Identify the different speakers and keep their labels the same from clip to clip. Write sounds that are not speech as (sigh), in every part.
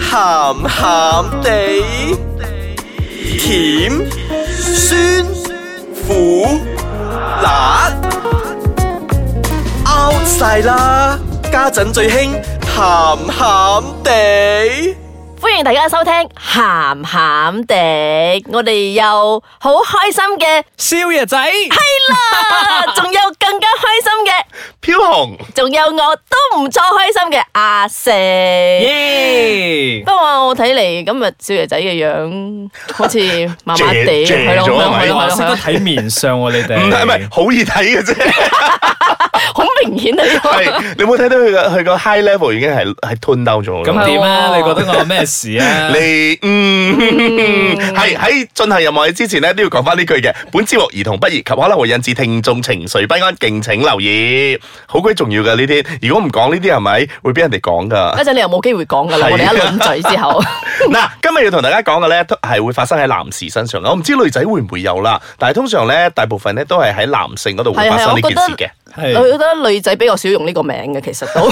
Speaker 1: 鹹鹹地，甜酸苦辣 out 晒啦！家陣最興鹹鹹地。
Speaker 2: 歡迎大家收聽鹹鹹地，我哋又好開心嘅
Speaker 3: 宵夜仔， (laughs)
Speaker 2: 係啦，仲有更加開心嘅，
Speaker 4: 飄紅，
Speaker 2: 仲有我都唔錯開心嘅阿四。
Speaker 3: 耶！
Speaker 2: 不過我睇嚟今日少爺仔嘅樣好似麻麻地，
Speaker 4: (laughs) 謝謝
Speaker 2: 係咯係
Speaker 4: 咗
Speaker 2: 咯
Speaker 4: 係咪
Speaker 2: 係
Speaker 3: 哇，
Speaker 2: 咯
Speaker 3: 識
Speaker 2: 係
Speaker 3: 得
Speaker 2: 咯，
Speaker 3: 睇面相喎，你
Speaker 4: 唔
Speaker 3: 哋
Speaker 4: 係唔係，好易睇嘅啫。
Speaker 2: 好明顯啊！呢個 (laughs)
Speaker 4: 係你有冇睇到佢個佢個 high level 已經係係 turn down 咗㗎啦
Speaker 3: 咁
Speaker 2: 係
Speaker 3: 點
Speaker 2: 喎
Speaker 3: 啊？你覺得我有咩事啊？
Speaker 4: (laughs) 你嗯係喺進行任何嘢之前咧，都要講翻呢句嘅。本節目兒童不宜及可能會引致聽眾情緒不安，敬請留意。好鬼重要嘅呢啲，如果唔講呢啲係咪會俾人哋講噶？
Speaker 2: (laughs) 一陣你又冇機會講噶啦，
Speaker 4: 係
Speaker 2: 我哋一輪嘴之後，
Speaker 4: 嗱，今日要同大家講嘅咧，都係會發生喺男士身上嘅。我唔知女仔會唔會有啦，但係通常咧，大部分咧都係喺男性嗰度會
Speaker 2: 係啊
Speaker 4: 發
Speaker 2: 係啊
Speaker 4: 生呢件
Speaker 2: 我
Speaker 4: 事
Speaker 2: 覺得
Speaker 4: 嘅。
Speaker 2: 我
Speaker 3: (laughs)
Speaker 2: 覺
Speaker 3: 係
Speaker 2: 得女仔比較少用呢個名嘅，其
Speaker 3: (laughs)
Speaker 2: 實都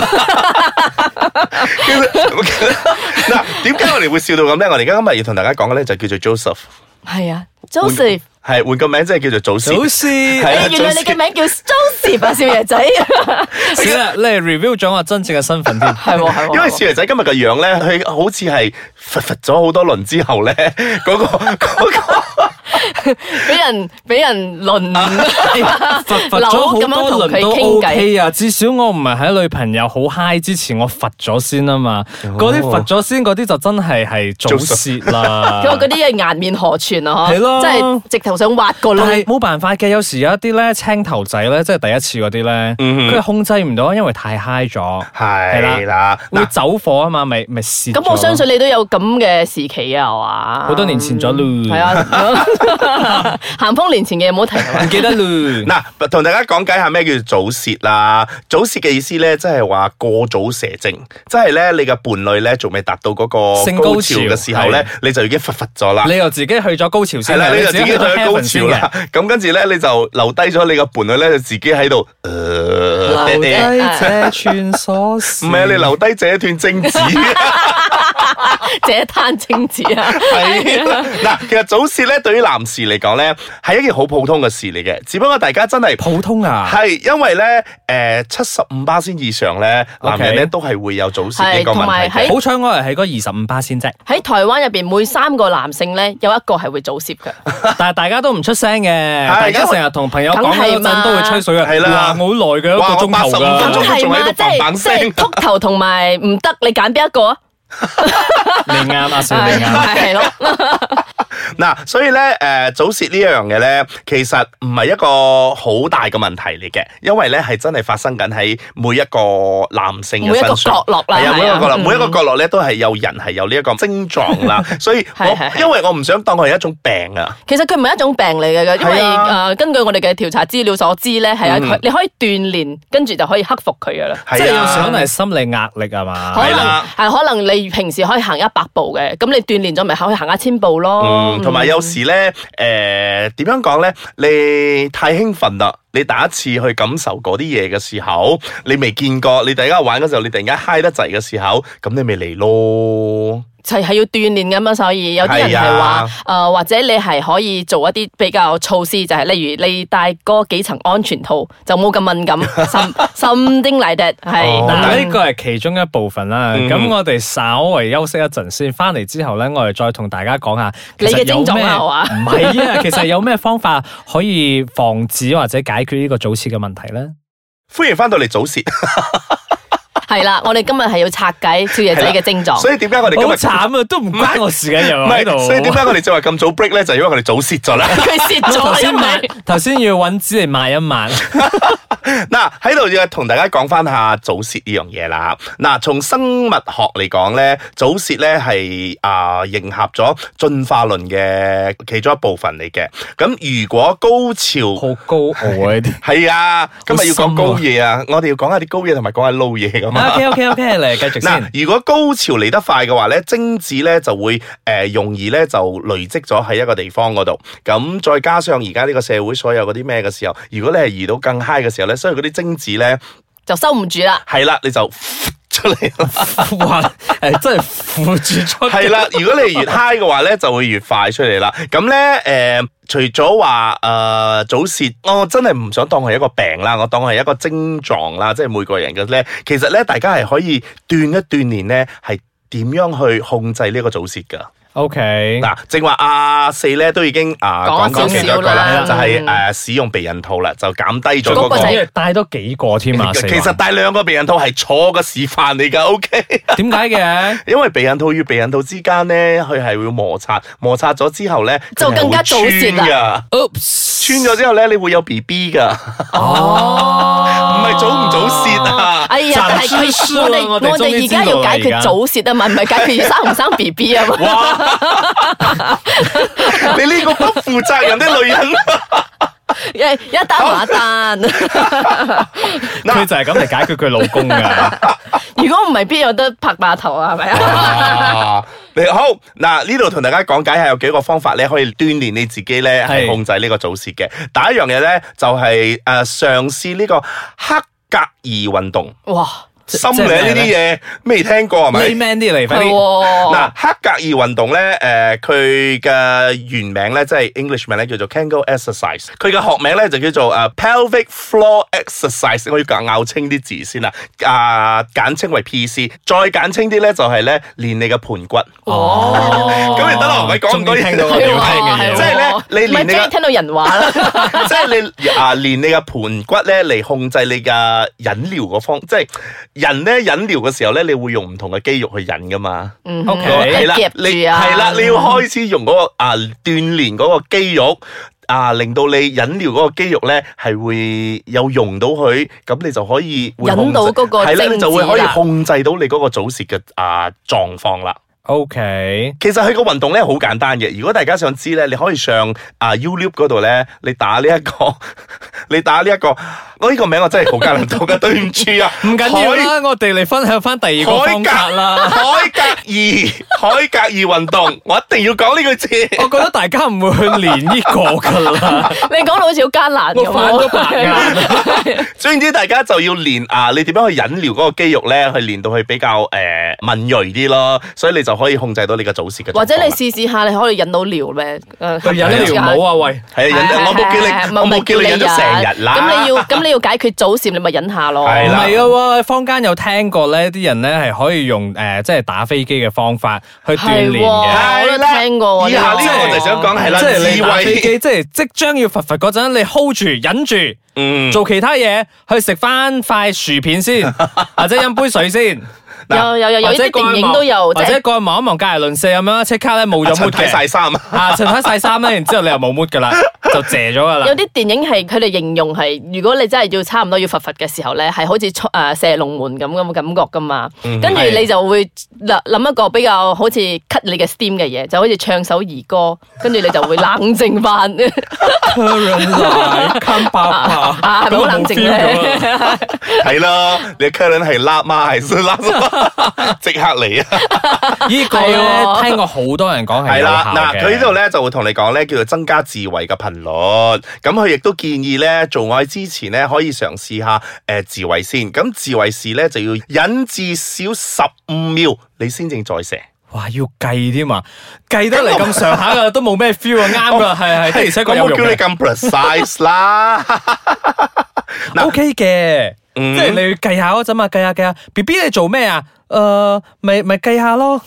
Speaker 4: (laughs) 嗱，點解我哋會笑到咁咧？我哋而家今日要同大家講嘅咧就叫做 Joseph，
Speaker 2: 係啊
Speaker 4: 換
Speaker 2: ，Joseph。
Speaker 4: 係換個名即係叫做祖先。
Speaker 3: 早先
Speaker 4: 係啊
Speaker 2: 原來你嘅名叫 Joseph
Speaker 3: (laughs)
Speaker 2: 啊，少爺仔， (laughs) 係
Speaker 3: 死啦！你係 reveal 咗我真正嘅身
Speaker 2: (laughs)
Speaker 3: 份添。
Speaker 2: 喎係喎，
Speaker 4: 因為少爺仔今日個樣咧，佢好似係佛佛咗好多輪之後咧， (laughs) 嗰、個嗰、
Speaker 2: 俾人俾人輪， (laughs)
Speaker 3: 佛佛咗好
Speaker 2: 咁
Speaker 3: 多輪都
Speaker 2: 樣同佢傾偈
Speaker 3: OK 啊，至少我唔係喺女朋友好 high 之前我佛咗先啊嘛，
Speaker 4: 哦
Speaker 3: 嗰啲佛咗先嗰啲就真係係早泄
Speaker 2: (laughs)
Speaker 3: 啦。
Speaker 2: 佢話啊嗰啲係顏面何存啊，
Speaker 3: 係
Speaker 2: 嗬，
Speaker 3: 咯
Speaker 2: 即係直頭想挖個
Speaker 3: 但
Speaker 2: 窿，
Speaker 3: 係冇辦法嘅，有時有一啲咧青頭仔咧，即係第一次嗰啲咧，佢係控制唔到，因為太 high 咗，
Speaker 4: 嗯係啦，
Speaker 3: 會
Speaker 4: 嗱，
Speaker 3: 走火啊嘛，咪咪蝕咗
Speaker 2: 咁我相信你都有咁嘅時期啊，係嘛？
Speaker 3: 好多年前咗咯
Speaker 2: 係啊， (laughs) 咸豐年前嘅嘢唔好提啦。
Speaker 3: 唔記得
Speaker 4: (laughs)
Speaker 3: 啦。
Speaker 4: 嗱，同大家講解下咩叫做早泄啦。早泄嘅意思咧，即係話過早射精，即係咧你嘅伴侶咧仲未達到嗰個
Speaker 3: 性
Speaker 4: 高
Speaker 3: 高
Speaker 4: 潮
Speaker 3: 潮
Speaker 4: 嘅時候咧
Speaker 3: 係，
Speaker 4: 你就已經佛佛咗啦。
Speaker 3: 你又自己去咗高潮
Speaker 4: 係
Speaker 3: 先啊
Speaker 4: 啦，你就自己去
Speaker 3: 咗
Speaker 4: 咗高
Speaker 3: heaven 先
Speaker 4: 潮
Speaker 3: 嘅
Speaker 4: 啦。。咁跟住咧，你就留低咗你個伴侶咧，就自己喺度，呃
Speaker 2: 留低
Speaker 4: (laughs) 唔
Speaker 3: 這串鎖匙
Speaker 4: 係啊你留低這段精 (laughs) 子。
Speaker 2: 這一攤精子啊， (laughs)
Speaker 4: 係啦嗱，其實早泄咧，對於男士嚟講咧，係一件好普通嘅事嚟嘅，只不過大家
Speaker 2: (laughs)
Speaker 4: 真係
Speaker 3: 普通啊，
Speaker 4: 係因為咧，誒七十五巴仙以上咧，男
Speaker 3: OK
Speaker 4: 人咧都係會有早泄呢個
Speaker 2: 係同埋
Speaker 4: 問題嘅
Speaker 2: 喺。
Speaker 3: 好彩我係喺嗰二十五巴先啫，
Speaker 2: 喺台灣入邊每三個男性咧有一個係會早泄嘅，
Speaker 3: 但係大家都唔出聲嘅，大家成日同朋友講嗰
Speaker 2: 梗係嘛
Speaker 3: 陣都會吹水啊，
Speaker 4: 係啦
Speaker 3: 哇我好耐嘅一
Speaker 4: 哇
Speaker 3: 個
Speaker 4: 我
Speaker 3: 鐘頭
Speaker 4: 85
Speaker 2: 咁
Speaker 4: 分鐘
Speaker 3: 㗎，
Speaker 4: 佢
Speaker 2: 係
Speaker 4: 仲喺
Speaker 2: 嘛？
Speaker 4: 度
Speaker 2: 即
Speaker 4: 砰
Speaker 2: 係
Speaker 4: 砰
Speaker 2: 即
Speaker 4: 聲
Speaker 2: 係禿頭同埋唔得，你揀邊一個啊？
Speaker 3: 你啱啊阿 Sir，你啱。
Speaker 2: 係咯。
Speaker 4: 嗱，所以咧，誒、早泄呢樣嘢咧，其實唔係一個好大嘅問題嚟嘅，因為咧係真係發生緊喺每一個男性嘅
Speaker 2: 每一個
Speaker 4: 身上
Speaker 2: 角落啦
Speaker 4: 係
Speaker 2: 係
Speaker 4: 啊，
Speaker 2: 啊
Speaker 4: 每一個角落，
Speaker 2: 嗯
Speaker 4: 每一個角落咧都係有人係有呢一個症狀啦，所以
Speaker 2: (laughs) 係係
Speaker 4: 我
Speaker 2: 係
Speaker 4: 因為我唔想當佢係一種病啊。
Speaker 2: 其實佢唔係一種病嚟嘅，因為
Speaker 4: 係
Speaker 2: 誒、
Speaker 4: 啊
Speaker 2: 呃根據我哋嘅調查資料所知咧，係啊，
Speaker 4: 嗯
Speaker 2: 佢你可以鍛鍊，跟住就可以克服佢噶啦。
Speaker 4: 係啊
Speaker 3: 即係有時可能係心理壓力係嘛？
Speaker 2: 可
Speaker 4: 係
Speaker 2: 能
Speaker 4: 啦
Speaker 2: 係可能你平時可以行一百步嘅，咁你鍛鍊咗咪可以行一千步咯。
Speaker 3: 哦
Speaker 4: 嗯，同埋有時咧，誒、點樣講咧？你太興奮啦！你第一次去感受嗰啲嘢嘅時候，你未見過，你突然間玩嗰時候，你突然間嗨得滯嘅時候，咁你咪嚟咯。
Speaker 2: 就係要鍛鍊噶嘛，所以有啲人
Speaker 4: 係
Speaker 2: 係話
Speaker 4: 啊
Speaker 2: 誒，或者你係可以做一啲比較措施，就係例如你戴嗰幾層安全套，就冇咁敏
Speaker 4: (laughs)
Speaker 2: 感，心心丁嚟嘅係。
Speaker 4: 哦
Speaker 3: 嗱，
Speaker 2: 嗱
Speaker 3: 呢個係其中一部分啦。
Speaker 4: 嗯
Speaker 3: 咁我哋稍為休息一陣先，翻嚟之後咧，我哋再同大家講下
Speaker 2: 你嘅
Speaker 3: 其實有
Speaker 2: 症狀啊
Speaker 3: 咩唔係啊， (laughs) 其實有咩方法可以防止或者解決呢個早泄嘅問題咧？
Speaker 4: 歡迎翻到嚟早泄，
Speaker 2: 係啦，我哋今日係要拆解少爺仔嘅症狀。
Speaker 4: (laughs) 所以點解我哋今
Speaker 3: 好
Speaker 4: 日
Speaker 3: 慘啊，都唔關我事嘅又
Speaker 4: 唔
Speaker 3: 喺度
Speaker 4: 係，。所以點解我哋就話咁早 break 咧？就係因為我哋早泄咗啦。
Speaker 2: 佢蝕
Speaker 3: 我頭
Speaker 2: 咗，
Speaker 3: 先
Speaker 2: 因
Speaker 3: 抹
Speaker 2: 為，
Speaker 3: 頭先要揾紙嚟抹一抹。
Speaker 4: 嗱，喺度要同大家講翻下早泄呢樣嘢啦。嗱，從生物學嚟講咧，早泄咧係啊迎合咗進化論嘅其中一部分嚟嘅。咁如果高潮
Speaker 3: 好高傲啊！ (laughs) 呢啲。
Speaker 4: 係啊，今日要
Speaker 3: 好深
Speaker 4: 講
Speaker 3: 啊
Speaker 4: 高嘢啊，我哋要講下啲高嘢同埋講下撈嘢咁啊。
Speaker 3: OK OK OK，嚟繼續
Speaker 4: 嗱
Speaker 3: 先，。
Speaker 4: 如果高潮嚟得快嘅話咧，精子咧就會誒、呃容易咧就累積咗喺一個地方嗰度。咁再加上而家呢個社會所有嗰啲咩嘅時候，如果你係遇到更 high 嘅時候咧，所以嗰啲精子咧
Speaker 3: (laughs)
Speaker 2: 就收唔住啦。
Speaker 4: 係啦，你就出嚟
Speaker 2: (laughs)
Speaker 4: 啦。
Speaker 3: (laughs) 哇！诶，真係付住出
Speaker 4: 系啦，如果你越 high 嘅話咧，就會越快出嚟啦。咁咧，诶、除咗話诶早泄，我真係唔想當係一個病啦，我當係一個症狀啦，即係每個人嘅咧，其實咧，大家係可以鍛一鍛炼咧，係點樣去控制呢個早泄噶？
Speaker 3: O K，
Speaker 4: 嗱，正話阿四咧都已經啊
Speaker 2: 講
Speaker 4: 講
Speaker 2: 咗
Speaker 4: 講其
Speaker 2: 少
Speaker 4: 中一個啦
Speaker 2: 啦，
Speaker 4: 就係
Speaker 2: 嗯
Speaker 4: 诶使用避孕套啦，就減低咗
Speaker 2: 嗰個
Speaker 4: 嗰個
Speaker 2: 就。係
Speaker 3: 帶多幾個添啊！
Speaker 4: (laughs) 其實帶兩個避孕套係錯嘅示範嚟㗎，OK。
Speaker 3: 點解嘅？
Speaker 4: 因為避孕套與避孕套之間咧，佢係會摩擦，摩擦咗之後咧，
Speaker 2: 就更加早泄啦
Speaker 4: 噶。
Speaker 3: Oops，
Speaker 4: 穿咗之後咧，你會有 B B 噶，
Speaker 3: (laughs)
Speaker 4: 唔
Speaker 3: 哦，
Speaker 4: 係早唔早泄啊？
Speaker 2: 哎呀，但係
Speaker 3: 暫時
Speaker 2: 佢
Speaker 3: 輸
Speaker 2: 我
Speaker 3: 啦
Speaker 2: 哋
Speaker 3: 我哋
Speaker 2: 我
Speaker 3: 終
Speaker 2: 哋
Speaker 3: 於
Speaker 2: 而
Speaker 3: 知
Speaker 2: 家
Speaker 3: 道啦
Speaker 2: 要解
Speaker 3: 而家
Speaker 2: 決早泄啊嘛，唔係解
Speaker 3: (laughs)
Speaker 2: 決生唔生 B B 啊嘛。
Speaker 4: (laughs) 你呢個不負責任的女人，
Speaker 2: 一一單還一
Speaker 3: (laughs)
Speaker 2: 單，
Speaker 3: 佢就係咁嚟解決佢老公 (laughs) 噶。
Speaker 2: 如果唔係，邊有得拍碼頭啊？係咪啊？
Speaker 4: 哇你好嗱，呢度同大家講解下有幾個方法咧，可以鍛炼你自己咧，係
Speaker 3: 係
Speaker 4: 控制呢個早泄嘅。第一樣嘢咧，就係诶嘗試呢個黑格爾運動，
Speaker 2: (laughs) 哇，
Speaker 4: 心
Speaker 3: 即係
Speaker 4: 理
Speaker 3: 咩
Speaker 4: 呢啲嘢未聽過係咪？
Speaker 3: Lay man 啲嚟，快
Speaker 2: 係
Speaker 3: 啲！
Speaker 4: 嗱
Speaker 2: 喎，，
Speaker 4: 黑格爾運動咧，誒、呃佢嘅原名咧，即係 English 名咧，叫做 Kegel Exercise。佢嘅學名咧就叫做誒、呃 Pelvic Floor Exercise。我要咬咬清啲字先啦，啊、簡稱為 PC，再簡稱啲咧就係咧練你嘅盤骨。
Speaker 3: 哦
Speaker 4: 咁你得啦唔係講咁多嘢
Speaker 3: 終於聽到我
Speaker 2: 係
Speaker 3: 要
Speaker 2: 喎
Speaker 3: 聽嘅嘢
Speaker 4: 即
Speaker 3: 喎。
Speaker 4: 係呢
Speaker 2: 係喎
Speaker 4: 你連
Speaker 2: 唔係
Speaker 4: 你
Speaker 2: 終
Speaker 4: 個
Speaker 2: 於聽到人話啦，
Speaker 3: (laughs)
Speaker 4: 即係你啊，練你嘅盤骨咧嚟控制你嘅引尿嗰方，即係人咧引尿嘅時候咧，你會用唔同嘅肌肉去引噶嘛。
Speaker 2: 嗯
Speaker 3: OK
Speaker 4: 係啦，
Speaker 2: 夾
Speaker 4: 你
Speaker 2: 住啊，
Speaker 4: 係
Speaker 3: à,
Speaker 4: 啦，你
Speaker 3: ừ.
Speaker 4: 要開始用嗰、個啊鍛炼嗰個肌肉。啊！令到你引尿嗰個肌肉咧係會有用到佢，咁你就可以會控制
Speaker 2: 引到嗰個
Speaker 4: 係啦，你就會可
Speaker 2: 精
Speaker 4: 以
Speaker 2: 子啦
Speaker 4: 控制到你嗰個早泄嘅啊狀況啦。
Speaker 3: O K，
Speaker 4: 其實佢個運動咧好簡單嘅，如果大家想知咧，你可以上啊 YouTube 嗰度咧，你打呢、一個， (laughs) 你打呢、一個，我呢個名我真係好艱難讀嘅， (laughs) 對唔住啊，
Speaker 3: 唔緊要
Speaker 4: 海
Speaker 3: 啦，我哋嚟分享翻第二個方法
Speaker 4: (laughs)
Speaker 3: 啦。
Speaker 4: 海格爾，海格爾運動， (laughs) 我一定要講呢個字。 (laughs)
Speaker 3: 我覺得大家唔會去練呢個噶啦，
Speaker 2: 你講到好似好艱難
Speaker 3: 我
Speaker 2: 咁
Speaker 3: 反咗白
Speaker 2: 喎。
Speaker 3: 眼。
Speaker 4: 總之，大家就要練啊，你點樣去引療嗰個肌肉咧，去練到佢比較诶、呃敏鋭啲咯，所以你就可以控制到你嘅早泄嘅狀況
Speaker 2: (laughs)
Speaker 4: 啦。
Speaker 2: 或者你試試下，你可以引到尿呃咩？
Speaker 3: 佢
Speaker 2: 佢
Speaker 3: 忍條冇啊，喂！
Speaker 4: 係啊，
Speaker 2: 係
Speaker 4: 引我冇叫
Speaker 2: 係係
Speaker 4: 你，我冇叫你
Speaker 2: 咪
Speaker 4: 忍咗成日啦。
Speaker 2: 咁你要咁你要解決早泄，你咪忍下咯。
Speaker 4: 係
Speaker 3: 唔
Speaker 4: 啦
Speaker 3: 係啊喎，坊間有聽過咧，啲人咧係可以用誒、呃即係打飛機嘅方法去鍛
Speaker 2: 係
Speaker 3: 鍊嘅。
Speaker 2: 喎，我都聽過喎。
Speaker 4: 以下呢
Speaker 2: 個
Speaker 4: 個我就想講係
Speaker 3: 哦
Speaker 4: 啦，
Speaker 3: 即係你
Speaker 4: 智
Speaker 3: 打飛
Speaker 4: 慧，
Speaker 3: 機，即係即將要罰罰嗰陣，你 hold 住、忍住，
Speaker 4: 嗯，
Speaker 3: 做其他嘢，去食翻塊薯片
Speaker 4: (laughs)
Speaker 3: 先，或者飲杯水先，
Speaker 2: 有有有有
Speaker 3: 或者
Speaker 2: 啲
Speaker 3: 過
Speaker 2: 電
Speaker 3: 去
Speaker 2: 影
Speaker 3: 望
Speaker 2: 都有，即
Speaker 3: 或者
Speaker 2: 係
Speaker 3: 過去望一望隔離鄰舍咁樣，即刻咧冇咗
Speaker 4: 阿啊陳
Speaker 3: mood
Speaker 4: 睇晒
Speaker 3: 嘅。
Speaker 4: 衫啊。
Speaker 3: (laughs) 啊，襯翻晒衫咧，然之後你又冇 mood
Speaker 4: (laughs)
Speaker 3: 噶啦，就謝咗噶啦
Speaker 2: 有。啲電影係佢哋形容係，如果你真係要差唔多要罰罰嘅時候咧，係好似出誒射龍門咁咁嘅感覺噶嘛。跟住
Speaker 3: 係
Speaker 2: 你就會諗諗一個比較好似 cut 你嘅 steam 嘅嘢，就好似唱首兒歌，跟住你就會冷靜翻。
Speaker 4: (laughs)
Speaker 3: 冚爆
Speaker 2: 啊啊係咪好冷靜咧？
Speaker 4: 係咯，你客人係辣媽還是
Speaker 2: (laughs)
Speaker 4: 辣媽？即刻嚟啊！
Speaker 3: 呢個
Speaker 2: 係喎
Speaker 3: 咧，聽過好多人講係
Speaker 4: 係
Speaker 3: 有
Speaker 4: 啦，
Speaker 3: 效
Speaker 4: 嗱，
Speaker 3: 嘅
Speaker 4: 佢呢度咧就會同你講咧，叫做增加智慧嘅頻率。咁佢亦都建議咧，做愛之前咧可以嘗試下誒自慰先。咁呃自慰時咧就要忍至少十五秒，你先正再射。
Speaker 3: 哇，要計添啊，計得嚟咁上下噶，都冇咩 feel 啊，啱
Speaker 4: (laughs)
Speaker 3: 噶，係係的而且確
Speaker 4: 哦咁
Speaker 3: 有
Speaker 4: 我
Speaker 3: 用
Speaker 4: 叫你
Speaker 3: 嘅
Speaker 4: 咁 precise 啦。
Speaker 3: ，OK 嘅，
Speaker 4: 嗯
Speaker 3: 即係你要計下嗰陣嘛，計下計下，B B 你做咩啊？誒，咪咪計下咯，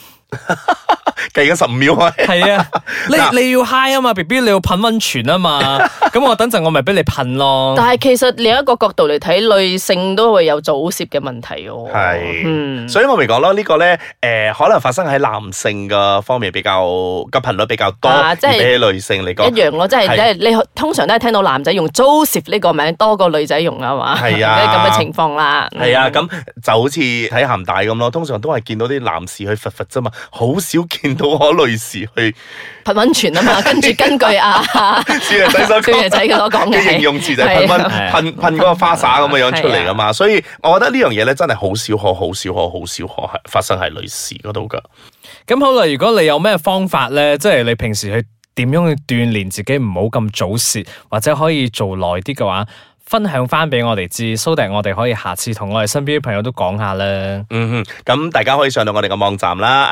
Speaker 4: 計緊十五秒啊！
Speaker 3: 係
Speaker 4: (laughs)
Speaker 3: 啊，
Speaker 4: 嗱
Speaker 3: 你你要 high 啊嘛，B B 你要噴温泉啊嘛，
Speaker 4: (laughs)
Speaker 3: 咁我等陣我咪俾你噴
Speaker 2: (laughs)
Speaker 3: 咯。
Speaker 2: 但係其實另一個角度嚟睇，女性都會有早泄嘅問題喎。
Speaker 4: 係
Speaker 2: 嗯，
Speaker 4: (laughs) 所以我咪講咯，呢個咧，誒可能發生喺男性嘅方面比較嘅頻率比較多，
Speaker 2: 啊
Speaker 4: 而
Speaker 2: 即係
Speaker 4: 比起女性嚟
Speaker 2: 一
Speaker 4: 講。
Speaker 2: 樣咯，即係即
Speaker 4: 係
Speaker 2: 係你通常都係聽到男仔用 Joseph 呢個名多過女仔用啊嘛，
Speaker 4: 係啊
Speaker 2: 即係咁嘅情況啦。
Speaker 4: 係啊，咁就好似睇鹹帶咁咯，通常都係見到啲男士去罰罰啫嘛，好少見到我女士去 (laughs)
Speaker 2: 噴温泉啊嘛，跟住根據啊
Speaker 4: 少爺仔所
Speaker 2: 少爺
Speaker 4: 講
Speaker 2: 仔佢所講
Speaker 4: 嘅
Speaker 2: 嘅
Speaker 4: 形容詞就係噴
Speaker 2: 係
Speaker 4: 蚊
Speaker 2: 啊
Speaker 3: 係啊啊
Speaker 4: 噴噴嗰個花灑咁嘅樣出嚟噶嘛，所以我覺得呢樣嘢咧真係好少可、好少可、好少可係發生喺女士嗰度噶。
Speaker 3: 咁好啦，如果你有咩方法咧，即係你平時去點樣去鍛鍊自己唔好咁早泄，或者可以做耐啲嘅話，分享翻俾我哋知，蘇迪我哋可以下次同我哋身邊啲朋友都講下啦。
Speaker 4: 嗯哼，咁大家可以上到我哋嘅網站啦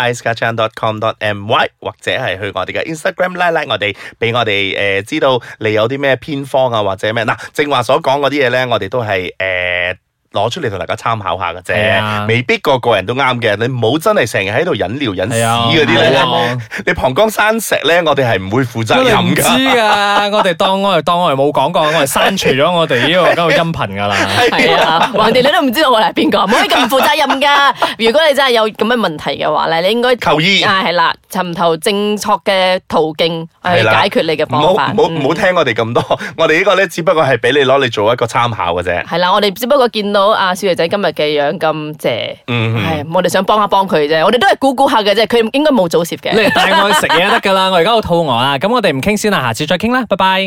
Speaker 4: ，icekacang.com.my，或者係去我哋嘅 Instagram 拉拉我哋，俾我哋誒、呃知道你有啲咩偏方啊，或者咩嗱，正話所講嗰啲嘢咧，我哋都係誒。呃攞出嚟同大家參考下嘅
Speaker 3: 係
Speaker 4: 啫，
Speaker 3: 啊
Speaker 4: 未必個個人都啱嘅。你唔好真係成日喺度引尿引屎
Speaker 3: 係啊，
Speaker 4: 嗰啲咧，
Speaker 3: 唔好啊
Speaker 4: 你膀胱山石咧，我哋係唔會負責
Speaker 3: 我哋唔
Speaker 4: 任㗎。
Speaker 3: 知噶，我哋當我哋當我哋冇講過，我哋刪除咗我哋呢個咁嘅音頻噶啦。
Speaker 2: 系啊，橫掂你都唔知道我係邊個，唔可以咁唔負責任噶。如果你真係有咁嘅問題嘅話咧，你應該
Speaker 4: 求醫
Speaker 2: 啊，係啦，尋求正確嘅途徑去
Speaker 4: 係啦
Speaker 2: 解決你嘅
Speaker 4: 唔好
Speaker 2: 方法。
Speaker 3: (laughs)
Speaker 4: 唔
Speaker 2: 嗯
Speaker 4: 好唔好聽我哋咁多，我哋呢個咧只不過係俾你攞嚟做一個參考嘅啫。
Speaker 2: 系啦，我哋只不過見到阿少爺仔今日嘅樣咁謝，
Speaker 4: 嗯哼
Speaker 2: 係我哋想幫下幫佢啫，我哋都係估估下嘅啫，佢應該冇早泄嘅
Speaker 3: 你。嚟帶我去食嘢得噶啦，我而家好肚餓啊！咁我哋唔傾先啦，下次再傾啦，拜拜。